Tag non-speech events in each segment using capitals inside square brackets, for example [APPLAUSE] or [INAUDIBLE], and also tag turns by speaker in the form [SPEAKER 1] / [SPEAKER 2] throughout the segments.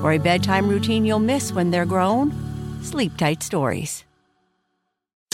[SPEAKER 1] For a bedtime routine you'll miss when they're grown, Sleep Tight Stories.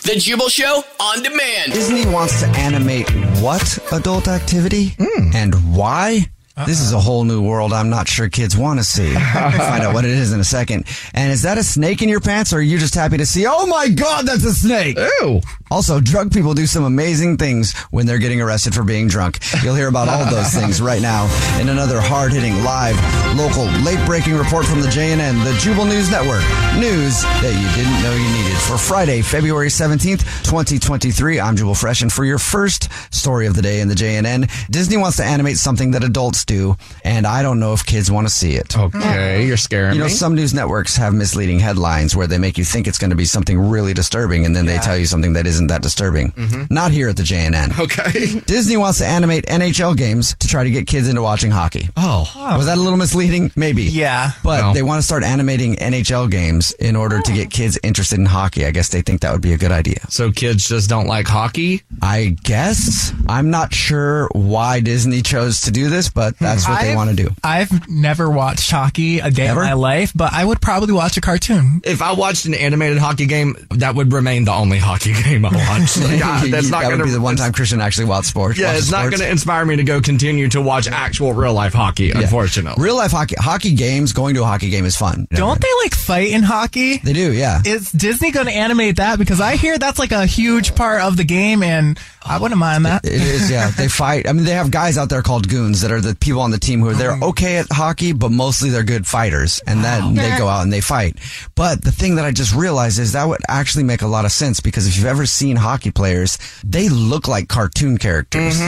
[SPEAKER 2] The Jubal Show on demand.
[SPEAKER 3] Disney wants to animate what adult activity and why? This is a whole new world I'm not sure kids want to see. I'll find out what it is in a second. And is that a snake in your pants or are you just happy to see, oh my God, that's a snake? Ew. Also, drug people do some amazing things when they're getting arrested for being drunk. You'll hear about all those things right now in another hard hitting live local late breaking report from the JNN, the Jubal News Network. News that you didn't know you needed for Friday, February 17th, 2023. I'm Jubal Fresh, and for your first story of the day in the JNN, Disney wants to animate something that adults do, and I don't know if kids want to see it.
[SPEAKER 4] Okay, you're scaring
[SPEAKER 3] You know,
[SPEAKER 4] me.
[SPEAKER 3] some news networks have misleading headlines where they make you think it's going to be something really disturbing, and then they tell you something that isn't that disturbing. Not here at the JNN.
[SPEAKER 4] Mm-hmm. okay.
[SPEAKER 3] [LAUGHS]
[SPEAKER 4] [LAUGHS]
[SPEAKER 3] Disney wants to animate NHL games to try to get kids into watching hockey. Oh. Was that a little misleading? Maybe.
[SPEAKER 5] Yeah.
[SPEAKER 3] But
[SPEAKER 4] No. Oh.
[SPEAKER 3] they want to start animating NHL games in order to get kids interested in hockey. I guess they think that would be a good idea.
[SPEAKER 4] So kids just don't like hockey.
[SPEAKER 3] I guess I'm not sure why Disney chose to do this, but that's what they
[SPEAKER 5] I've-
[SPEAKER 3] want
[SPEAKER 4] [LAUGHS]
[SPEAKER 3] to do.
[SPEAKER 5] I've never watched hockey a day
[SPEAKER 3] Never?
[SPEAKER 5] in my life, but I would probably watch a cartoon.
[SPEAKER 4] If I watched an animated hockey game, that would remain the only hockey [LAUGHS] game I
[SPEAKER 3] [LAUGHS]
[SPEAKER 4] watched. Like, I- that's not
[SPEAKER 3] that
[SPEAKER 4] gonna
[SPEAKER 3] would be the one time Christian actually watched sports.
[SPEAKER 4] Yeah,
[SPEAKER 3] watches
[SPEAKER 4] it's not
[SPEAKER 3] sports.
[SPEAKER 4] going to inspire me to go continue to watch actual real life hockey. Unfortunately,
[SPEAKER 3] Real life hockey, hockey games. Going to a hockey game is fun.
[SPEAKER 5] Don't they like fight in hockey?
[SPEAKER 3] They do, yeah.
[SPEAKER 5] Is Disney going to animate that? Because I hear that's like a huge part of the game, and I wouldn't mind that.
[SPEAKER 3] It is, yeah. They fight. I mean, they have guys out there called goons that are the people on the team who are they're okay at hockey, but mostly they're good fighters, and then they go out and they fight. But the thing that I just realized is that would actually make a lot of sense because if you've ever seen hockey players, they look like cartoon characters.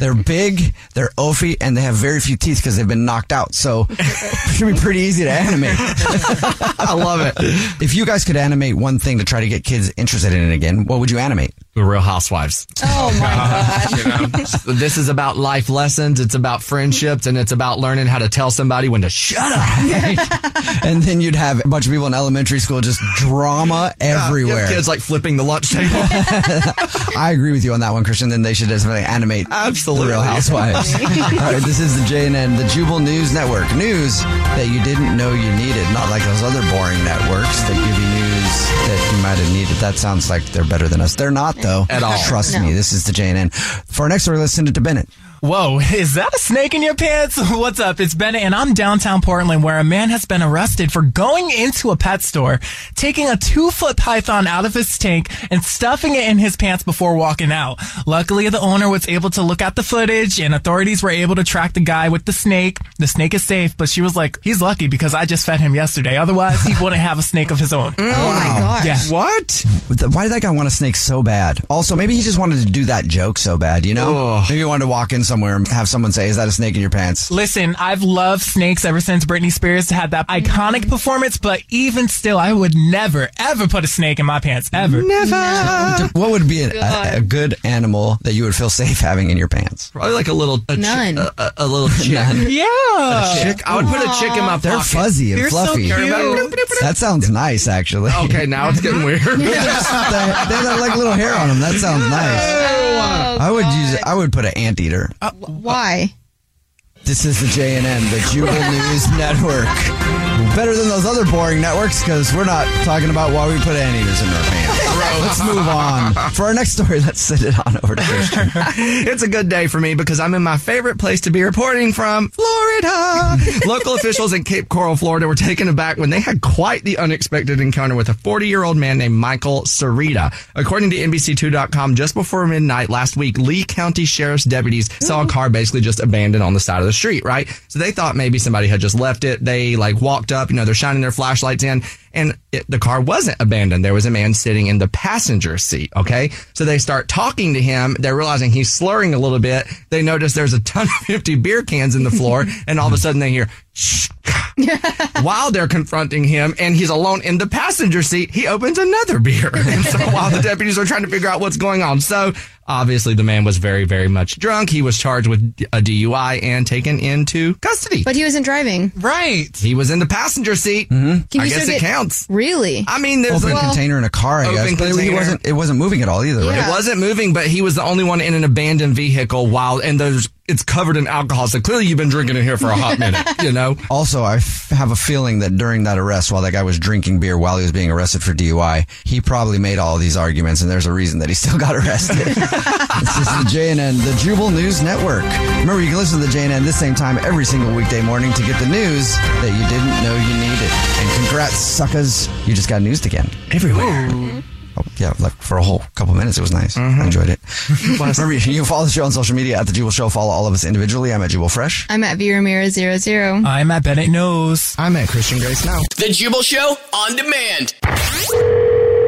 [SPEAKER 3] They're big, they're oafy, and they have very few teeth because they've been knocked out. So it should be pretty easy to animate. [LAUGHS] I love it. If you guys could animate one thing to try to get kids interested in it again, what would you animate?
[SPEAKER 4] The Real Housewives. [LAUGHS]
[SPEAKER 6] Oh my gosh.
[SPEAKER 4] this is about life lessons. It's about friendships, and it's about learning how to tell somebody when to shut up.
[SPEAKER 3] And then you'd have a bunch of people in elementary school just drama everywhere.
[SPEAKER 4] Kids like flipping the lunch table.
[SPEAKER 3] [LAUGHS] I agree with you on that one, Christian. Then they should just really animate
[SPEAKER 4] Absolutely.
[SPEAKER 3] the
[SPEAKER 4] [LAUGHS]
[SPEAKER 3] Real Housewives. All right, this is the JNN, the Jubal News Network. News that you didn't know you needed, not like those other boring networks that give you news that you might have needed. That sounds like they're better than us. They're not, though.
[SPEAKER 4] At all.
[SPEAKER 3] Trust me, this is the JNN. For our next story, let's send it to Bennett.
[SPEAKER 5] Whoa, [LAUGHS] is that a snake in your pants? [LAUGHS] What's up? It's Bennett and I'm downtown Portland where a man has been arrested for going into a pet store, taking a two foot python out of his tank and stuffing it in his pants before walking out. Luckily, the owner was able to look at the footage and authorities were able to track the guy with the snake. The snake is safe, but she was like, he's lucky because I just fed him yesterday. Otherwise,
[SPEAKER 6] [LAUGHS]
[SPEAKER 5] he wouldn't have a snake of his own.
[SPEAKER 6] Oh my gosh.
[SPEAKER 5] Yeah.
[SPEAKER 4] what?
[SPEAKER 3] But th- Why did that guy want a snake so bad? Also, maybe he just wanted to do that joke so bad, you know? Maybe he wanted to walk in somewhere and have someone say, "Is that a snake in your pants?"
[SPEAKER 5] Listen, I've loved snakes ever since Britney Spears had that iconic performance, but even still, I would never, ever put a snake in my pants, ever.
[SPEAKER 3] [LAUGHS] What would be an, a, a good animal that you would feel safe having in your pants?
[SPEAKER 4] Probably like a little a chi-
[SPEAKER 7] None.
[SPEAKER 4] a, a, a little chick.
[SPEAKER 5] Yeah.
[SPEAKER 4] chick. I would put a chick in my
[SPEAKER 3] They're
[SPEAKER 4] pocket.
[SPEAKER 3] fuzzy and
[SPEAKER 5] They're so
[SPEAKER 3] fluffy.
[SPEAKER 5] cute.
[SPEAKER 3] That sounds nice, actually.
[SPEAKER 4] Okay, now it's getting weird.
[SPEAKER 3] [LAUGHS] they they have that like little hair on them. That sounds nice. I would use. I would put an anteater.
[SPEAKER 7] Oh, Why?
[SPEAKER 3] This is the JNN, the
[SPEAKER 7] [LAUGHS]
[SPEAKER 3] Jubal News Network. Better than those other boring networks because we're not talking about why we put anteaters in our
[SPEAKER 7] [LAUGHS]
[SPEAKER 3] pants. Let's move on. For our next story, let's send it on over to
[SPEAKER 7] [LAUGHS]
[SPEAKER 3] Christian.
[SPEAKER 4] [LAUGHS] It's a good day for me because I'm in my favorite place to be reporting from, Florida. Local officials in Cape Coral, Florida were taken aback when they had quite the unexpected encounter with a 40 year old man named Michael Sarita. According to NBC2.com, just before midnight last week, Lee County Sheriff's deputies saw a car basically just abandoned on the side of the street, right? So they thought maybe somebody had just left it. They like walked up, you know, they're shining their flashlights in and it, the car wasn't abandoned. There was a man sitting in the passenger seat. Okay. So they start talking to him. They're realizing he's slurring a little bit. They notice there's a ton of [LAUGHS] empty beer cans in the floor. and all of a sudden they hear "Shh,"
[SPEAKER 3] [LAUGHS]
[SPEAKER 4] while they're confronting him and he's alone in the passenger seat. He opens another beer. [LAUGHS] And so while the deputies are trying to figure out what's going on. So obviously the man was very, very much drunk. He was charged with a DUI and taken into custody.
[SPEAKER 7] But he wasn't driving.
[SPEAKER 5] Right.
[SPEAKER 4] he was in the passenger seat.
[SPEAKER 3] Mm-hmm.
[SPEAKER 7] Can
[SPEAKER 4] I
[SPEAKER 7] you
[SPEAKER 4] guess
[SPEAKER 7] still
[SPEAKER 4] it
[SPEAKER 7] get-
[SPEAKER 4] counts.
[SPEAKER 7] Really?
[SPEAKER 4] I mean, there's
[SPEAKER 3] Open
[SPEAKER 4] a,
[SPEAKER 3] container in a car, I
[SPEAKER 4] Open
[SPEAKER 3] guess. But it- it
[SPEAKER 4] container.
[SPEAKER 3] wasn't. It wasn't moving at all either, right?
[SPEAKER 7] Yeah.
[SPEAKER 4] It wasn't moving, but he was the only one in an abandoned vehicle while, and there's, it's covered in alcohol. So clearly you've been drinking in here for a hot
[SPEAKER 3] [LAUGHS]
[SPEAKER 4] minute, you know?
[SPEAKER 3] Also, I f- have a feeling that during that arrest, while that guy was drinking beer while he was being arrested for DUI, he probably made all these arguments, and there's a reason that he still got
[SPEAKER 4] [LAUGHS]
[SPEAKER 3] arrested. this is the JNN, the Jubal News Network. Remember, you can listen to the JNN this same time every single weekday morning to get the news that you didn't know you needed. And congrats, suckers! You just got newsed again.
[SPEAKER 4] Everywhere. Mm-hmm.
[SPEAKER 3] Oh, yeah, like for a whole couple minutes, it was nice. I enjoyed it. [LAUGHS] Remember, you can follow the show on social media at the Jubal Show. Follow all of us individually. I'm at Jubal Fresh.
[SPEAKER 7] I'm at V Ramirez 00.
[SPEAKER 5] I'm at Bennett Knows.
[SPEAKER 4] I'm at Christian Grace now.
[SPEAKER 2] The Jubal Show on demand.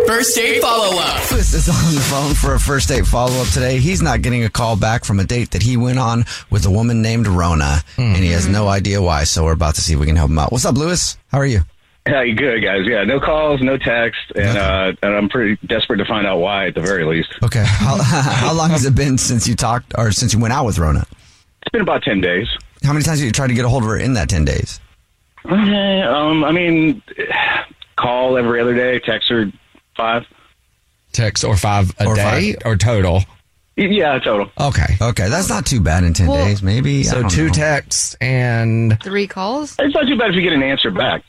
[SPEAKER 2] First date follow up.
[SPEAKER 3] Chris is on the phone for a first date follow up today. He's not getting a call back from a date that he went on with a woman named Rona, and he has no idea why. So we're about to see if we can help him out. What's up, Lewis? How are you?
[SPEAKER 8] Hey, good guys. Yeah, no calls, no text, and uh, and I'm pretty desperate to find out why, at the very least.
[SPEAKER 3] Okay. [LAUGHS] How, how long has it been since you talked or since you went out with Rona?
[SPEAKER 8] It's been about ten days.
[SPEAKER 3] How many times have you tried to get a hold of her in that 10 days?
[SPEAKER 8] Eh, Um, I mean, call every other day, text her five.
[SPEAKER 4] Text or five a
[SPEAKER 3] Or
[SPEAKER 4] day or total.
[SPEAKER 8] Y- Yeah, total.
[SPEAKER 4] Okay.
[SPEAKER 3] Okay, that's not too bad in 10
[SPEAKER 7] Well,
[SPEAKER 3] days, maybe. I
[SPEAKER 4] So
[SPEAKER 3] don't
[SPEAKER 4] two
[SPEAKER 3] know.
[SPEAKER 4] texts and
[SPEAKER 7] Three calls?
[SPEAKER 8] It's not too bad if you get an answer back.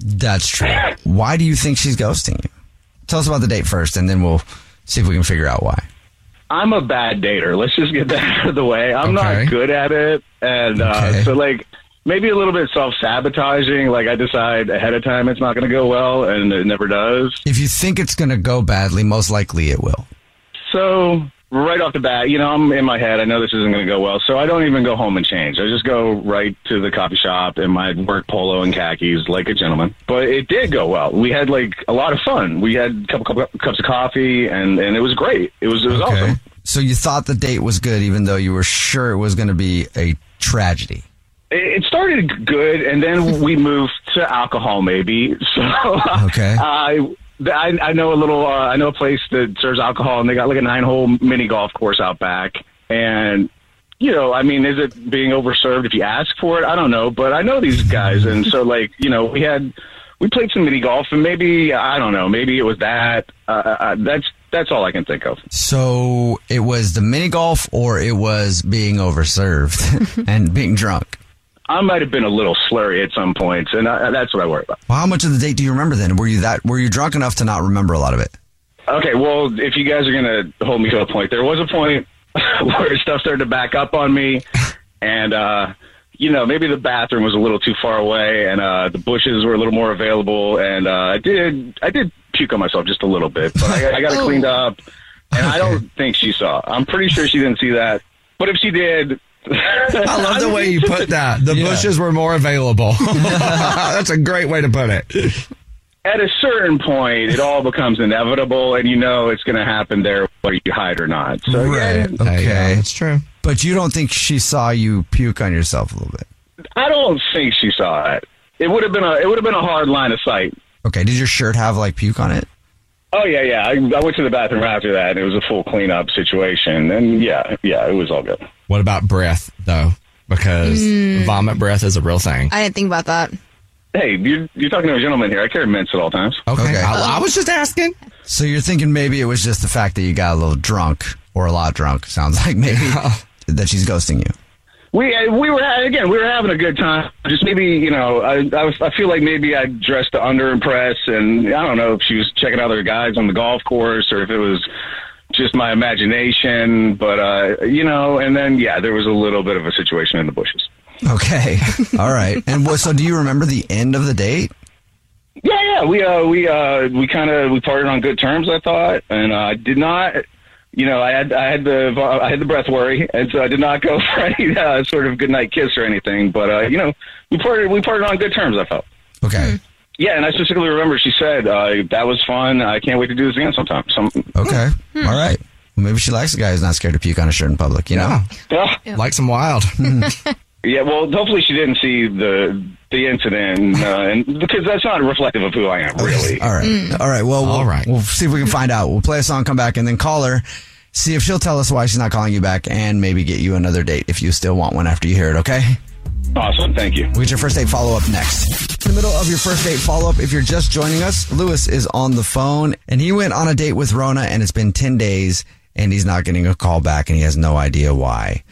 [SPEAKER 3] That's true. Why do you think she's ghosting you? Tell us about the date first, and then we'll see if we can figure out why.
[SPEAKER 8] I'm a bad dater. Let's just get that [LAUGHS] out of the way. I'm
[SPEAKER 4] Okay.
[SPEAKER 8] not good at it, and uh,
[SPEAKER 3] Okay.
[SPEAKER 8] so like maybe a little bit self sabotaging. Like I decide ahead of time it's not going to go well, and it never does.
[SPEAKER 3] If you think it's going to go badly, most likely it will.
[SPEAKER 8] So right off the bat, you know, I'm in my head. I know this isn't going to go well, so I don't even go home and change. I just go right to the coffee shop in my work polo and khakis, like a gentleman. But it did go well. We had like a lot of fun. We had a couple, couple cups of coffee, and and it was great. It was it was awesome.
[SPEAKER 3] So you thought the date was good, even though you were sure it was going to be a tragedy.
[SPEAKER 8] It it started good, and then we moved to alcohol, maybe. So uh,
[SPEAKER 3] Okay.
[SPEAKER 8] I. I, I know a little. Uh, I know a place that serves alcohol, and they got like a nine-hole mini golf course out back. And you know, I mean, is it being overserved if you ask for it? I don't know, but I know these guys, and so like, you know, we had we played some mini golf, and maybe I don't know, maybe it was that. Uh, uh, that's that's all I can think of.
[SPEAKER 3] So it was the mini golf, or it was being overserved and being drunk.
[SPEAKER 8] I might have been a little slurry at some points, and I, that's what I worry about.
[SPEAKER 3] Well, how much of the date do you remember then? Were you that? Were you drunk enough to not remember a lot of it?
[SPEAKER 8] Okay, well, if you guys are going to hold me to a point, there was a point [LAUGHS] where stuff started to back up on me, and uh, you know maybe the bathroom was a little too far away, and uh, the bushes were a little more available, and uh, I did I did puke on myself just a little bit, but I, I
[SPEAKER 4] Oh.
[SPEAKER 8] got it cleaned up, and I don't think she saw. I'm pretty sure she didn't see that, but if she did,
[SPEAKER 4] I
[SPEAKER 8] [LAUGHS]
[SPEAKER 4] love the way you put that. The
[SPEAKER 3] Yeah.
[SPEAKER 4] bushes were more available. [LAUGHS] That's a great way to put it.
[SPEAKER 8] at a certain point, it all becomes inevitable, and you know it's going to happen there, whether you hide or not. So
[SPEAKER 3] Right.
[SPEAKER 8] again,
[SPEAKER 3] Okay.
[SPEAKER 4] true.
[SPEAKER 3] But you don't think she saw you puke on yourself a little bit?
[SPEAKER 8] I don't think she saw it. It would have been a it would have been a hard line of sight.
[SPEAKER 3] Okay. Did your shirt have like puke on it?
[SPEAKER 8] Oh yeah, yeah. I, I went to the bathroom after that, and it was a full cleanup situation. And yeah, yeah, it was all good.
[SPEAKER 4] What about breath though? Because
[SPEAKER 7] Mm.
[SPEAKER 4] vomit breath is a real thing.
[SPEAKER 7] I didn't think about that.
[SPEAKER 8] Hey, you're, you're talking to a gentleman here. I carry mints at all times.
[SPEAKER 4] Okay.
[SPEAKER 3] Okay.
[SPEAKER 4] I, I was just asking.
[SPEAKER 3] So you're thinking maybe it was just the fact that you got a little drunk or a lot drunk. Sounds like maybe that she's ghosting you.
[SPEAKER 8] We uh, we were again we were having a good time. Just maybe you know I I, was, I feel like maybe I dressed to underimpress, and I don't know if she was checking other guys on the golf course or if it was just my imagination. But uh, you know, and then yeah, there was a little bit of a situation in the bushes.
[SPEAKER 4] [LAUGHS]
[SPEAKER 3] Okay. All right. And what, so do you remember the end of the date?
[SPEAKER 8] Yeah, yeah, we uh, we uh, we kind of we parted on good terms, I thought, and uh, I did not. You know, I had I had the I had the breath worry, and so I did not [LAUGHS] go for any uh, sort of goodnight kiss or anything. But uh, you know, we parted we parted on good terms. I felt.
[SPEAKER 3] Okay.
[SPEAKER 8] Yeah, and I specifically remember she said uh, that was fun. I can't wait to do this again sometime. Some,
[SPEAKER 4] Hmm.
[SPEAKER 3] Okay. All right. Well, maybe she likes a guy who's not scared to puke on a shirt in public, you know? Hmm.
[SPEAKER 8] Ah,
[SPEAKER 4] Like some
[SPEAKER 3] [LAUGHS]
[SPEAKER 4] wild.
[SPEAKER 8] yeah, well, hopefully she didn't see the the incident, uh, and because that's not reflective of who I am, really.
[SPEAKER 3] All right. All right. Well,
[SPEAKER 4] Hmm. All
[SPEAKER 3] we'll,
[SPEAKER 4] right.
[SPEAKER 3] we'll see if we can find out. We'll play a song, come back, and then call her, see if she'll tell us why she's not calling you back, and maybe get you another date if you still want one after you hear it, okay?
[SPEAKER 8] Awesome, thank you.
[SPEAKER 3] We get your first date follow up next. In the middle of your first date follow up, if you're just joining us, Lewis is on the phone and he went on a date with Rona and it's been 10 days and he's not getting a call back and he has no idea why.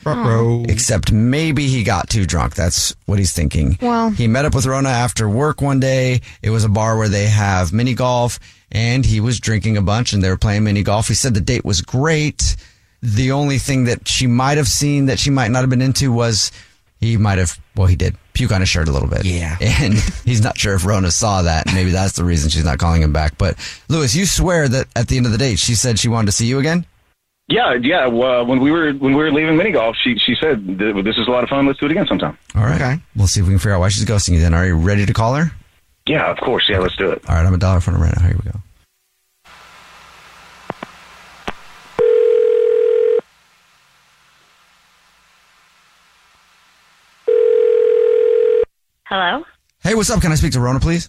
[SPEAKER 3] Except maybe he got too drunk. That's what he's thinking.
[SPEAKER 7] Well-
[SPEAKER 3] he met up with Rona after work one day. It was a bar where they have mini golf and he was drinking a bunch and they were playing mini golf. He said the date was great. The only thing that she might have seen that she might not have been into was he might have, well, he did puke on his shirt a little bit.
[SPEAKER 4] Yeah.
[SPEAKER 3] [LAUGHS] And he's not sure if Rona saw that. Maybe that's the reason she's not calling him back. But Lewis, you swear that at the end of the date, she said she wanted to see you again?
[SPEAKER 8] Yeah, yeah. Well, when we were when we were leaving mini golf, she she said "Th- this is a lot of fun. Let's do it again sometime.
[SPEAKER 3] All right.
[SPEAKER 4] Okay.
[SPEAKER 3] We'll see if we can figure out why she's ghosting you then. Are you ready to call her?
[SPEAKER 8] Yeah, of course. Yeah, let's do it.
[SPEAKER 3] All right, I'm a dollar from right now. Here we go.
[SPEAKER 9] Hello,
[SPEAKER 3] Hey, what's up? Can I speak to Rona, please?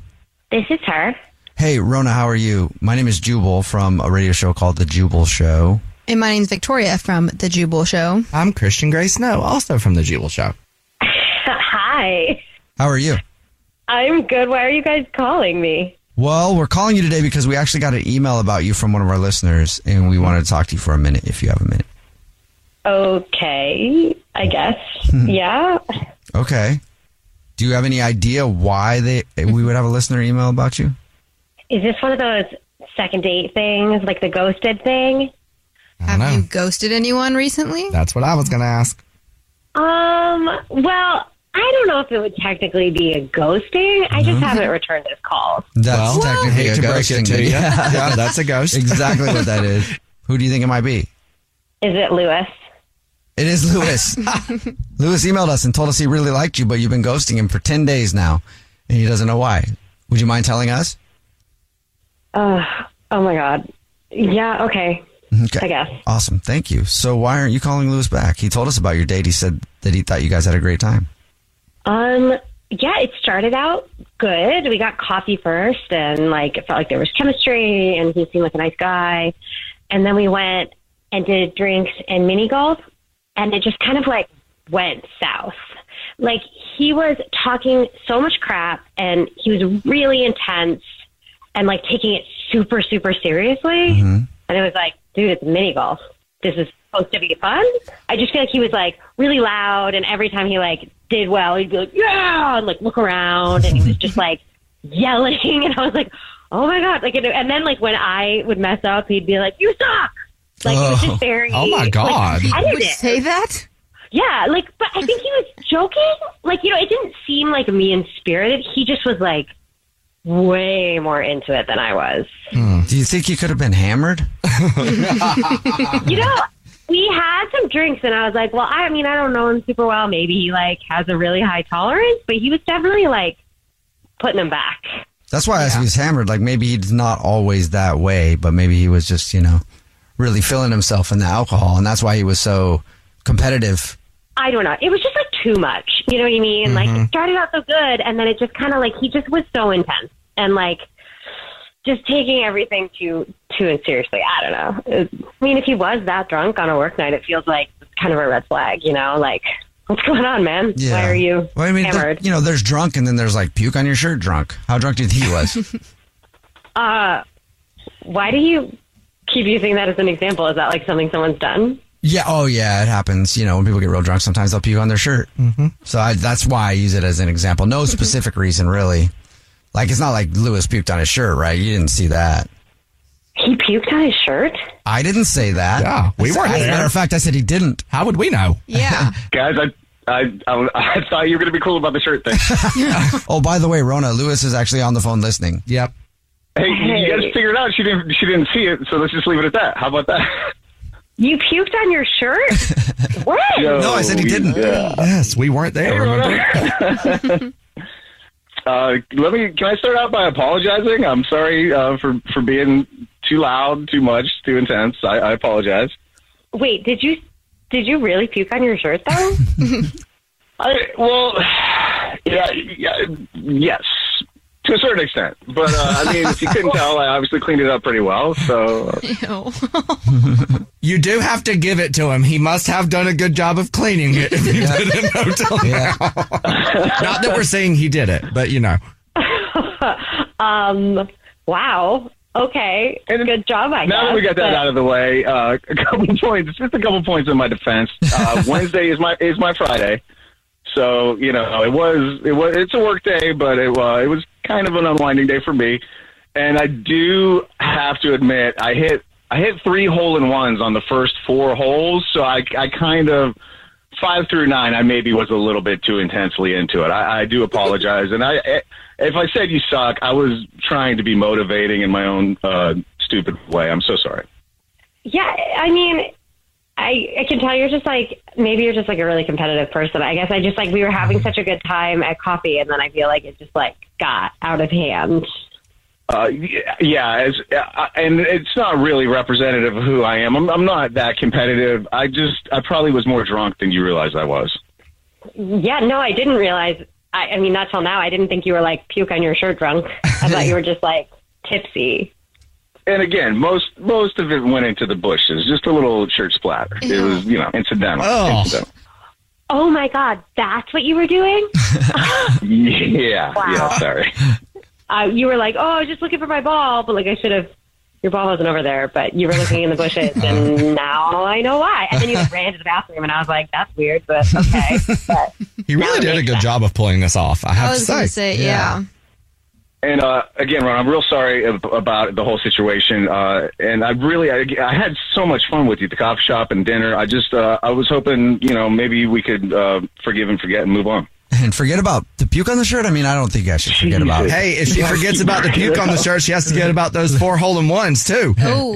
[SPEAKER 9] this is her.
[SPEAKER 3] Hey, Rona, how are you? My name is Jubal from a radio show called The Jubal Show.
[SPEAKER 7] And my name's Victoria from The Jubal Show.
[SPEAKER 4] I'm Christian Gray Snow, also from the Jewel Show.
[SPEAKER 9] Hi,
[SPEAKER 3] How are you?
[SPEAKER 9] I'm good. Why are you guys calling me?
[SPEAKER 3] Well, we're calling you today because we actually got an email about you from one of our listeners, and we wanted to talk to you for a minute if you have a minute.
[SPEAKER 9] Okay, I guess.
[SPEAKER 7] Hmm.
[SPEAKER 9] yeah.
[SPEAKER 3] Okay. Do you have any idea why they we would have a listener email about you?
[SPEAKER 9] Is this one of those second date things, like the ghosted thing?
[SPEAKER 4] I
[SPEAKER 7] Have
[SPEAKER 4] know.
[SPEAKER 7] you ghosted anyone recently?
[SPEAKER 4] That's what I was going to ask.
[SPEAKER 9] Um. Well, I don't know if it would technically be a ghosting. I
[SPEAKER 7] Hmm.
[SPEAKER 9] just haven't returned this call.
[SPEAKER 3] That's
[SPEAKER 4] I
[SPEAKER 3] technically
[SPEAKER 4] hate
[SPEAKER 3] a
[SPEAKER 4] to break
[SPEAKER 3] ghosting.
[SPEAKER 4] it
[SPEAKER 3] [LAUGHS]
[SPEAKER 4] to you.
[SPEAKER 3] Yeah.
[SPEAKER 4] yeah, that's a ghost.
[SPEAKER 3] exactly what that is. Who do you think it might be?
[SPEAKER 9] Is it Lewis?
[SPEAKER 3] It is
[SPEAKER 9] [LAUGHS]
[SPEAKER 3] Lewis. Lewis emailed us and told us he really liked you, but you've been ghosting him for 10 days now, and he doesn't know why. Would you mind telling us?
[SPEAKER 9] Uh, oh my God. Yeah. Okay.
[SPEAKER 3] Okay.
[SPEAKER 9] I guess.
[SPEAKER 3] Awesome. Thank you. So, why aren't you calling Lewis back? He told us about your date. He said that he thought you guys had a great time.
[SPEAKER 9] Um, yeah, it started out good. We got coffee first, and like it felt like there was chemistry, and he seemed like a nice guy. And then we went and did drinks and mini golf, and it just kind of like went south. Like he was talking so much crap, and he was really intense, and like taking it super, super seriously. And it was like, dude, it's mini golf. This is supposed to be fun. I just feel like he was like really loud, and every time he like did well, he'd be like, yeah, and like look around, and he was just like [LAUGHS] yelling, and I was like, oh my god, like, and- and then like when I would mess up, he'd be like, you suck. Like he was
[SPEAKER 3] Oh.
[SPEAKER 9] just very.
[SPEAKER 4] Oh, my
[SPEAKER 9] like,
[SPEAKER 4] God.
[SPEAKER 9] I
[SPEAKER 7] Would
[SPEAKER 9] did
[SPEAKER 7] you
[SPEAKER 9] it.
[SPEAKER 7] say that?
[SPEAKER 9] Yeah, like, but I think he was joking. Like, you know, it didn't seem like mean spirited. He just was like way more into it than I was.
[SPEAKER 3] Do you think you could have been hammered?
[SPEAKER 9] [LAUGHS] you know, we had some drinks, and I was like, well, I mean, I don't know him super well. Maybe he like has a really high tolerance, but he was definitely like putting him back.
[SPEAKER 3] That's why I asked if he was hammered. Like maybe he's not always that way, but maybe he was just, you know, really feeling himself in the alcohol. And that's why he was so competitive?
[SPEAKER 9] I don't know. It was just like too much. You know what I mean? Like
[SPEAKER 3] Mhm.
[SPEAKER 9] it started out so good and then it just kind of like he just was so intense and like just taking everything too too seriously. I don't know. It- I mean, if he was that drunk on a work night, it feels like kind of a red flag, you know? Like what's going on, man? Why are you
[SPEAKER 3] Well, I mean, there-
[SPEAKER 9] hammered?
[SPEAKER 3] you know, there's drunk, and then there's like puke on your shirt. Drunk. How drunk do you think he
[SPEAKER 9] [LAUGHS]
[SPEAKER 3] was?
[SPEAKER 9] Uh why do you keep using that as an example? Is that like something someone's done?
[SPEAKER 3] yeah. Oh, yeah. It happens. You know, when people get real drunk, sometimes they'll puke on their shirt. Mm-hmm. So I, that's why I use it as an example.
[SPEAKER 4] Mm-hmm.
[SPEAKER 3] No specific reason, really. Like it's not like Lewis puked on his shirt, right? You didn't see that.
[SPEAKER 9] He puked on his shirt?
[SPEAKER 3] I didn't say that. Yeah,
[SPEAKER 9] we weren't
[SPEAKER 3] As a
[SPEAKER 9] there.
[SPEAKER 3] matter of fact, I said he didn't.
[SPEAKER 4] How would we know?
[SPEAKER 7] Yeah.
[SPEAKER 8] [LAUGHS] Guys, I, I, I, I thought you were going to be cool about the shirt [LAUGHS] thing.
[SPEAKER 3] [LAUGHS] oh, by the way, Rona Lewis is actually on the phone listening.
[SPEAKER 4] Yep.
[SPEAKER 8] Hey, you guys figured out she didn't she didn't see it, so let's just leave it at that. How about that? [LAUGHS]
[SPEAKER 9] You puked on your
[SPEAKER 4] [LAUGHS]
[SPEAKER 9] shirt? what?
[SPEAKER 4] no, I said he didn't. Yes, we weren't
[SPEAKER 8] [LAUGHS]
[SPEAKER 4] there. remember?
[SPEAKER 8] Uh, let me. Can I start out by apologizing? I'm sorry uh, for for being too loud, too much, too intense. I, I apologize.
[SPEAKER 9] Wait, did you did you really puke on your shirt though?
[SPEAKER 4] [LAUGHS]
[SPEAKER 8] I well, yeah, yeah, yes, to a certain extent. But uh, I mean, if you [LAUGHS] couldn't tell, I obviously cleaned it up pretty well. So
[SPEAKER 4] You do have to give it to him. He must have done a good job of cleaning it. If you didn't know till now. [LAUGHS] Not that we're saying he did it, but you know.
[SPEAKER 9] um, wow. Okay. Good job, I
[SPEAKER 8] now
[SPEAKER 9] guess.
[SPEAKER 8] that we got that out of the way, uh, [LAUGHS] a couple points, just a couple points in my defense. Uh, Wednesday is my is my Friday, so you know it was it was it's a work day, but it was it was kind of an unwinding day for me. And I do have to admit, I hit I hit three hole in ones on the first four holes, so I I kind of five through nine, I maybe was a little bit too intensely into it. I, I do apologize, and I, I- if I said you suck, I was trying to be motivating in my own uh, stupid way. I'm so sorry.
[SPEAKER 9] Yeah, I mean I, I can tell you're just like maybe you're just like a really competitive person. I guess I just like we were having
[SPEAKER 4] Mm-hmm.
[SPEAKER 9] such a good time at coffee and then I feel like it just like got out of hand.
[SPEAKER 8] Uh, y- yeah, it's, uh, and it's not really representative of who I am. I'm, I'm not that competitive. I just, I probably was more drunk than you realized I was.
[SPEAKER 9] Yeah, no, I didn't realize I, I mean not till now I didn't think you were like puke on your shirt drunk. I thought you were just like tipsy.
[SPEAKER 8] And again, most most of it went into the bushes. Just a little shirt splatter. It was, you know, incidental.
[SPEAKER 9] Oh.
[SPEAKER 8] Incidental. [LAUGHS]
[SPEAKER 9] Oh my god, that's what you were doing?
[SPEAKER 8] Yeah,
[SPEAKER 9] Wow.
[SPEAKER 8] yeah. Sorry.
[SPEAKER 9] uh, you were like, "Oh, I was just looking for my ball," but like I should have. Your ball wasn't over there, but you were looking in the bushes, and now I know why. And then you like, ran to the bathroom, and I was like, "That's weird," but okay. But
[SPEAKER 4] He really did a good job of pulling this off. I have to say.
[SPEAKER 8] And uh, again, Ron, I'm real sorry ab- about the whole situation. Uh, and I really, I, I had so much fun with you at the coffee shop and dinner. I just, uh, I was hoping, you know, maybe we could uh, forgive and forget and move on.
[SPEAKER 3] And forget about the puke on the shirt. I mean, I don't think I should forget about. it.
[SPEAKER 4] Hey, if she forgets about the puke
[SPEAKER 3] [LAUGHS]
[SPEAKER 4] on the shirt, she has to get about those four hole in ones too.
[SPEAKER 8] Oh.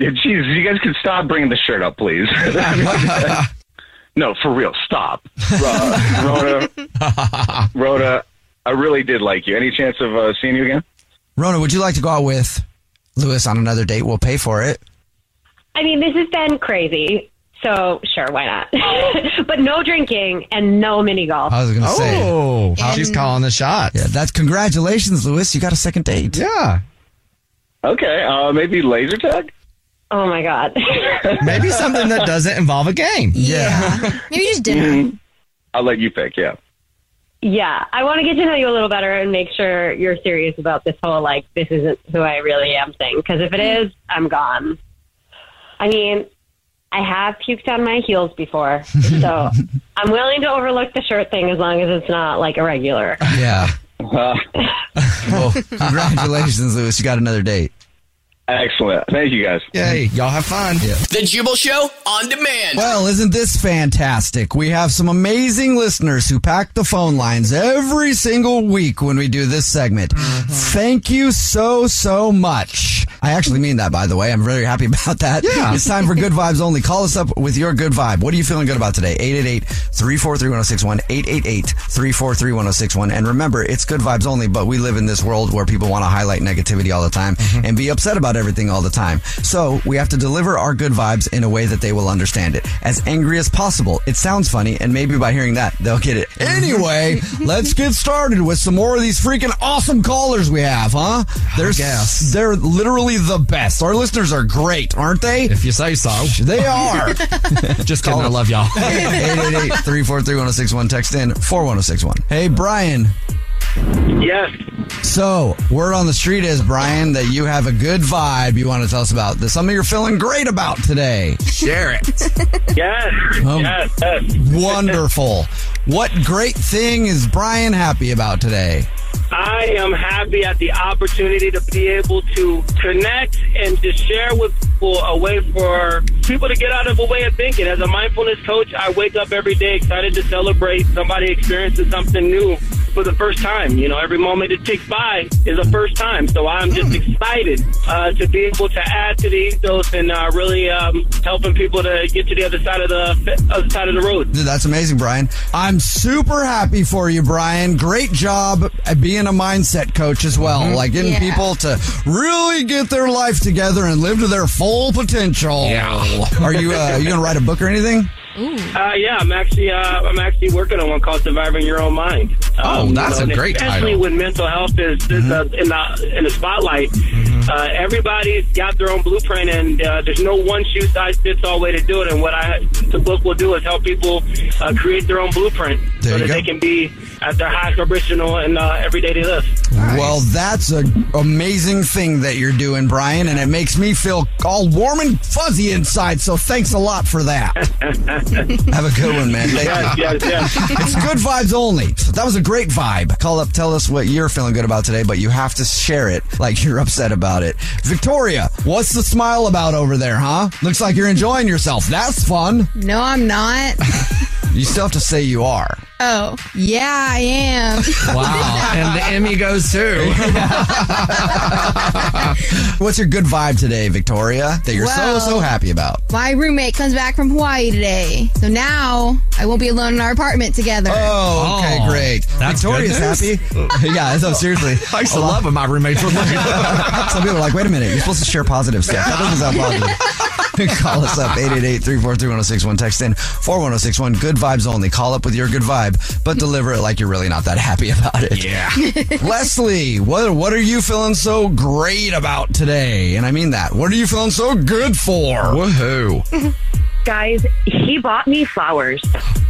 [SPEAKER 8] Yeah, Jesus, you guys can stop bringing the shirt up,
[SPEAKER 4] [LAUGHS]
[SPEAKER 8] please. no, for real, stop. Uh,
[SPEAKER 4] [LAUGHS]
[SPEAKER 8] Rhoda, Rhoda, I really did like you. Any chance of uh, seeing you again?
[SPEAKER 3] Rona, would you like to go out with Lewis on another date? We'll pay for it.
[SPEAKER 9] I mean, this has been crazy. So sure, why not? [LAUGHS] but no drinking and no mini golf.
[SPEAKER 3] I was going to say.
[SPEAKER 4] Oh, she's calling the shots.
[SPEAKER 3] Yeah, that's congratulations, Lewis. You got a second date.
[SPEAKER 4] Yeah.
[SPEAKER 8] Okay, uh, maybe laser tag?
[SPEAKER 9] Oh my god.
[SPEAKER 4] Maybe something
[SPEAKER 8] [LAUGHS]
[SPEAKER 4] that doesn't involve a game.
[SPEAKER 3] Yeah.
[SPEAKER 9] Maybe just
[SPEAKER 8] Mhm. I'll let you pick, yeah.
[SPEAKER 9] Yeah, I want to get to know you a little better and make sure you're serious about this whole like this isn't who I really am thing. Because if it is, I'm gone. I mean, I have puked on my heels before, so I'm willing to overlook the shirt thing as long as it's not like irregular.
[SPEAKER 4] [LAUGHS]
[SPEAKER 3] Yeah. well, congratulations, Lewis. You got another date.
[SPEAKER 8] Excellent. Thank you guys.
[SPEAKER 4] Yay. Y'all have fun.
[SPEAKER 2] The Jubal Show on demand.
[SPEAKER 3] Well, isn't this fantastic? We have some amazing listeners who pack the phone lines every
[SPEAKER 4] Mm-hmm.
[SPEAKER 3] single week when we do this segment. Thank you so, so much. I actually mean that, by the way. I'm very happy [LAUGHS] about that.
[SPEAKER 10] Yeah.
[SPEAKER 3] It's time for Good Vibes Only. Call us up with your good vibe. What are you feeling good about today? 888-343-1061, 888-343-1061. And remember, it's Good Vibes Only, but we live in this world where people want to highlight negativity all the time and be upset about everything all the time. So we have to deliver our good vibes in a way that they will understand it. As angry as possible. It sounds funny, and maybe by hearing that, they'll get it. Anyway, [LAUGHS] let's get started with some more of these freaking awesome callers we have, huh? They're, s- they're literally the best. Our listeners are great, aren't they? If you say so. They [LAUGHS] are. Just
[SPEAKER 4] kidding, I love
[SPEAKER 3] y'all. 888-343-1061. Text in 41061. Hey, Brian.
[SPEAKER 11] Yes.
[SPEAKER 3] So, word on the street is, Brian, that you have a good vibe you want to tell us about. That something you're feeling great about today. Share it.
[SPEAKER 11] [LAUGHS] Yes. yes. Yes. [LAUGHS]
[SPEAKER 3] Wonderful. What great thing is Brian happy about today?
[SPEAKER 11] I am happy at the opportunity to be able to connect and to share with people a way for people to get out of a way of thinking. As a mindfulness coach, I wake up every day excited to celebrate somebody experiencing something new for the first time. You know, every moment that ticks by is a first time. So I'm just
[SPEAKER 4] Hmm.
[SPEAKER 11] excited uh, to be able to add to the ethos and uh, really um, helping people to get to the other side of the other side of the road.
[SPEAKER 3] Dude, that's amazing, Brian. I'm super happy for you, Brian. Great job at being a mindset coach as well. Like getting
[SPEAKER 10] Mm-hmm. Yeah.
[SPEAKER 3] people to really get their life together and live to their full potential.
[SPEAKER 10] Yeah.
[SPEAKER 3] Are you uh, you gonna write a book or anything?
[SPEAKER 11] Uh, yeah, I'm actually uh, I'm actually working on one called "Surviving Your Own Mind." Um,
[SPEAKER 3] Oh, that's
[SPEAKER 11] and
[SPEAKER 3] a great
[SPEAKER 11] Especially
[SPEAKER 3] title. Mm-hmm.
[SPEAKER 11] when mental health is, is uh, in the in the spotlight, uh, everybody's got their own blueprint, and uh, there's no one shoe size fits all way to do it. And what I the book will do is help people uh, create their own blueprint so that they can be at their highest original and uh, every day they live.
[SPEAKER 3] Well, that's a amazing thing that you're doing, Brian, and it makes me feel all warm and fuzzy inside. So thanks a lot for that. [LAUGHS] Have a good one, man. Thank
[SPEAKER 10] Yes,
[SPEAKER 3] you.
[SPEAKER 10] yes, yes.
[SPEAKER 3] [LAUGHS] It's good vibes only. So that was a great vibe. Call up, tell us what you're feeling good about today, but you have to share it like you're upset about it. Victoria, what's the smile about over there, huh? Looks like you're enjoying yourself. That's fun.
[SPEAKER 7] No, I'm not.
[SPEAKER 3] You still have to say you are.
[SPEAKER 7] Oh, yeah, I am. [LAUGHS]
[SPEAKER 3] and the Emmy goes too. What's your good vibe today, Victoria, that you're
[SPEAKER 7] Well-
[SPEAKER 3] so, so happy about?
[SPEAKER 7] My roommate comes back from Hawaii today. So now I won't be alone in our apartment together.
[SPEAKER 3] Oh, okay, great. Victoria's happy. yeah, no, seriously. I used to love when my roommates [LAUGHS] were looking. [LAUGHS] Some people are like, wait a minute, you're supposed to share positive stuff. That
[SPEAKER 4] [LAUGHS]
[SPEAKER 3] doesn't sound positive. [LAUGHS] Call us up, 888-343-1061. Text in 41061. Good vibes only. Call up with your good vibe, but deliver it like you're really not that happy [LAUGHS] about it. Yeah. Leslie, what, what are you feeling so great about today? And I mean that. What are you feeling so good for? Woohoo.
[SPEAKER 9] Guys, he bought me flowers.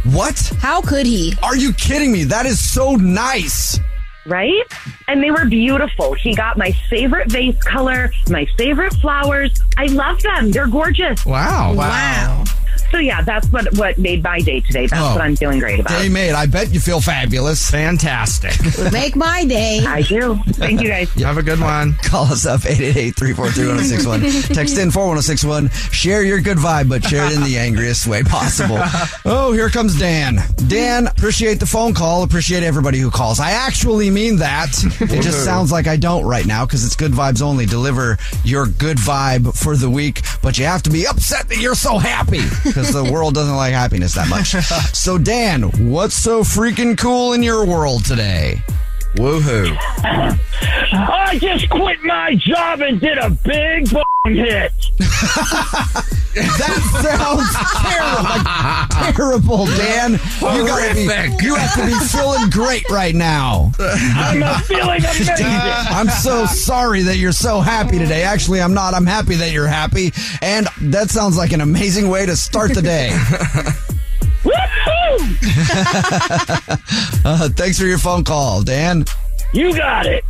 [SPEAKER 3] What?
[SPEAKER 7] How could he?
[SPEAKER 3] Are you kidding me? That is so nice.
[SPEAKER 9] Right? And they were beautiful. He got my favorite vase color, my favorite flowers. I love them. They're gorgeous.
[SPEAKER 3] Wow. Wow.
[SPEAKER 9] So yeah, that's what what made my day today. That's
[SPEAKER 3] Oh.
[SPEAKER 9] what I'm feeling great about.
[SPEAKER 3] Day made. I bet you feel fabulous. Fantastic. [LAUGHS]
[SPEAKER 7] Make my day.
[SPEAKER 9] I do. Thank you guys.
[SPEAKER 3] Have a good one. Call us up [LAUGHS]
[SPEAKER 9] [LAUGHS]
[SPEAKER 3] 888-343-1061. Text in 41061. Share your good vibe, but share it in
[SPEAKER 9] [LAUGHS]
[SPEAKER 3] the angriest way possible. [LAUGHS] Oh, here comes Dan. Dan, appreciate the phone call. Appreciate everybody who calls. I actually mean that. It just
[SPEAKER 10] Woohoo.
[SPEAKER 3] sounds like I don't right now because it's good vibes only. Deliver your good vibe for the week, but you have to be upset that you're so happy because the world doesn't like happiness that much. So, Dan, what's so freaking cool in your world today? Woohoo.
[SPEAKER 10] I just quit my job and did a big b-
[SPEAKER 3] [LAUGHS]
[SPEAKER 10] hit.
[SPEAKER 3] that sounds terrible, Dan. You gotta
[SPEAKER 10] Horrific.
[SPEAKER 3] be, you have to be feeling great right now.
[SPEAKER 10] I'm a feeling amazing.
[SPEAKER 3] [LAUGHS] I'm so sorry that you're so happy today. Actually, I'm not. I'm happy that you're happy, and that sounds like an amazing way to start the day. [LAUGHS] uh, thanks for your phone call, Dan.
[SPEAKER 10] You got
[SPEAKER 3] [LAUGHS]
[SPEAKER 10] it.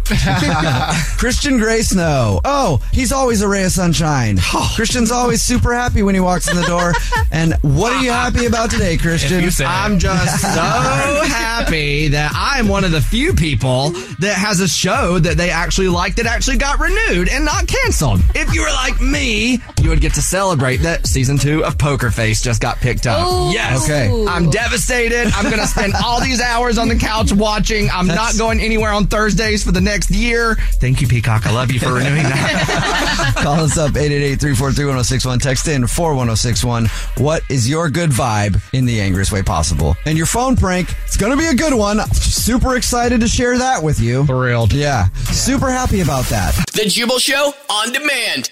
[SPEAKER 3] Christian Gray Snow. Oh, he's always a ray of sunshine. Christian's always super happy when he walks in the door. And what are you happy about today, Christian?
[SPEAKER 4] I'm
[SPEAKER 10] [LAUGHS]
[SPEAKER 4] just so happy that I'm one of the few people that has a show that they actually liked that actually got renewed and not canceled. If you were like me, you would get to celebrate that season two of Poker Face just got picked up.
[SPEAKER 10] Ooh.
[SPEAKER 4] Yes.
[SPEAKER 10] Okay.
[SPEAKER 4] I'm devastated. I'm going to spend all these hours on the couch watching. I'm
[SPEAKER 10] That's-
[SPEAKER 4] not going anywhere on Thursdays for the next year. Thank you, Peacock. I love you for renewing that.
[SPEAKER 3] Call us up 888-343-1061. Text in 41061. What is your good vibe in the angriest way possible? And your phone prank, it's going to be a good one. Super excited to share that with you.
[SPEAKER 4] Thrilled.
[SPEAKER 3] Yeah. Super happy about that.
[SPEAKER 2] Oh. The Jubal Show on demand.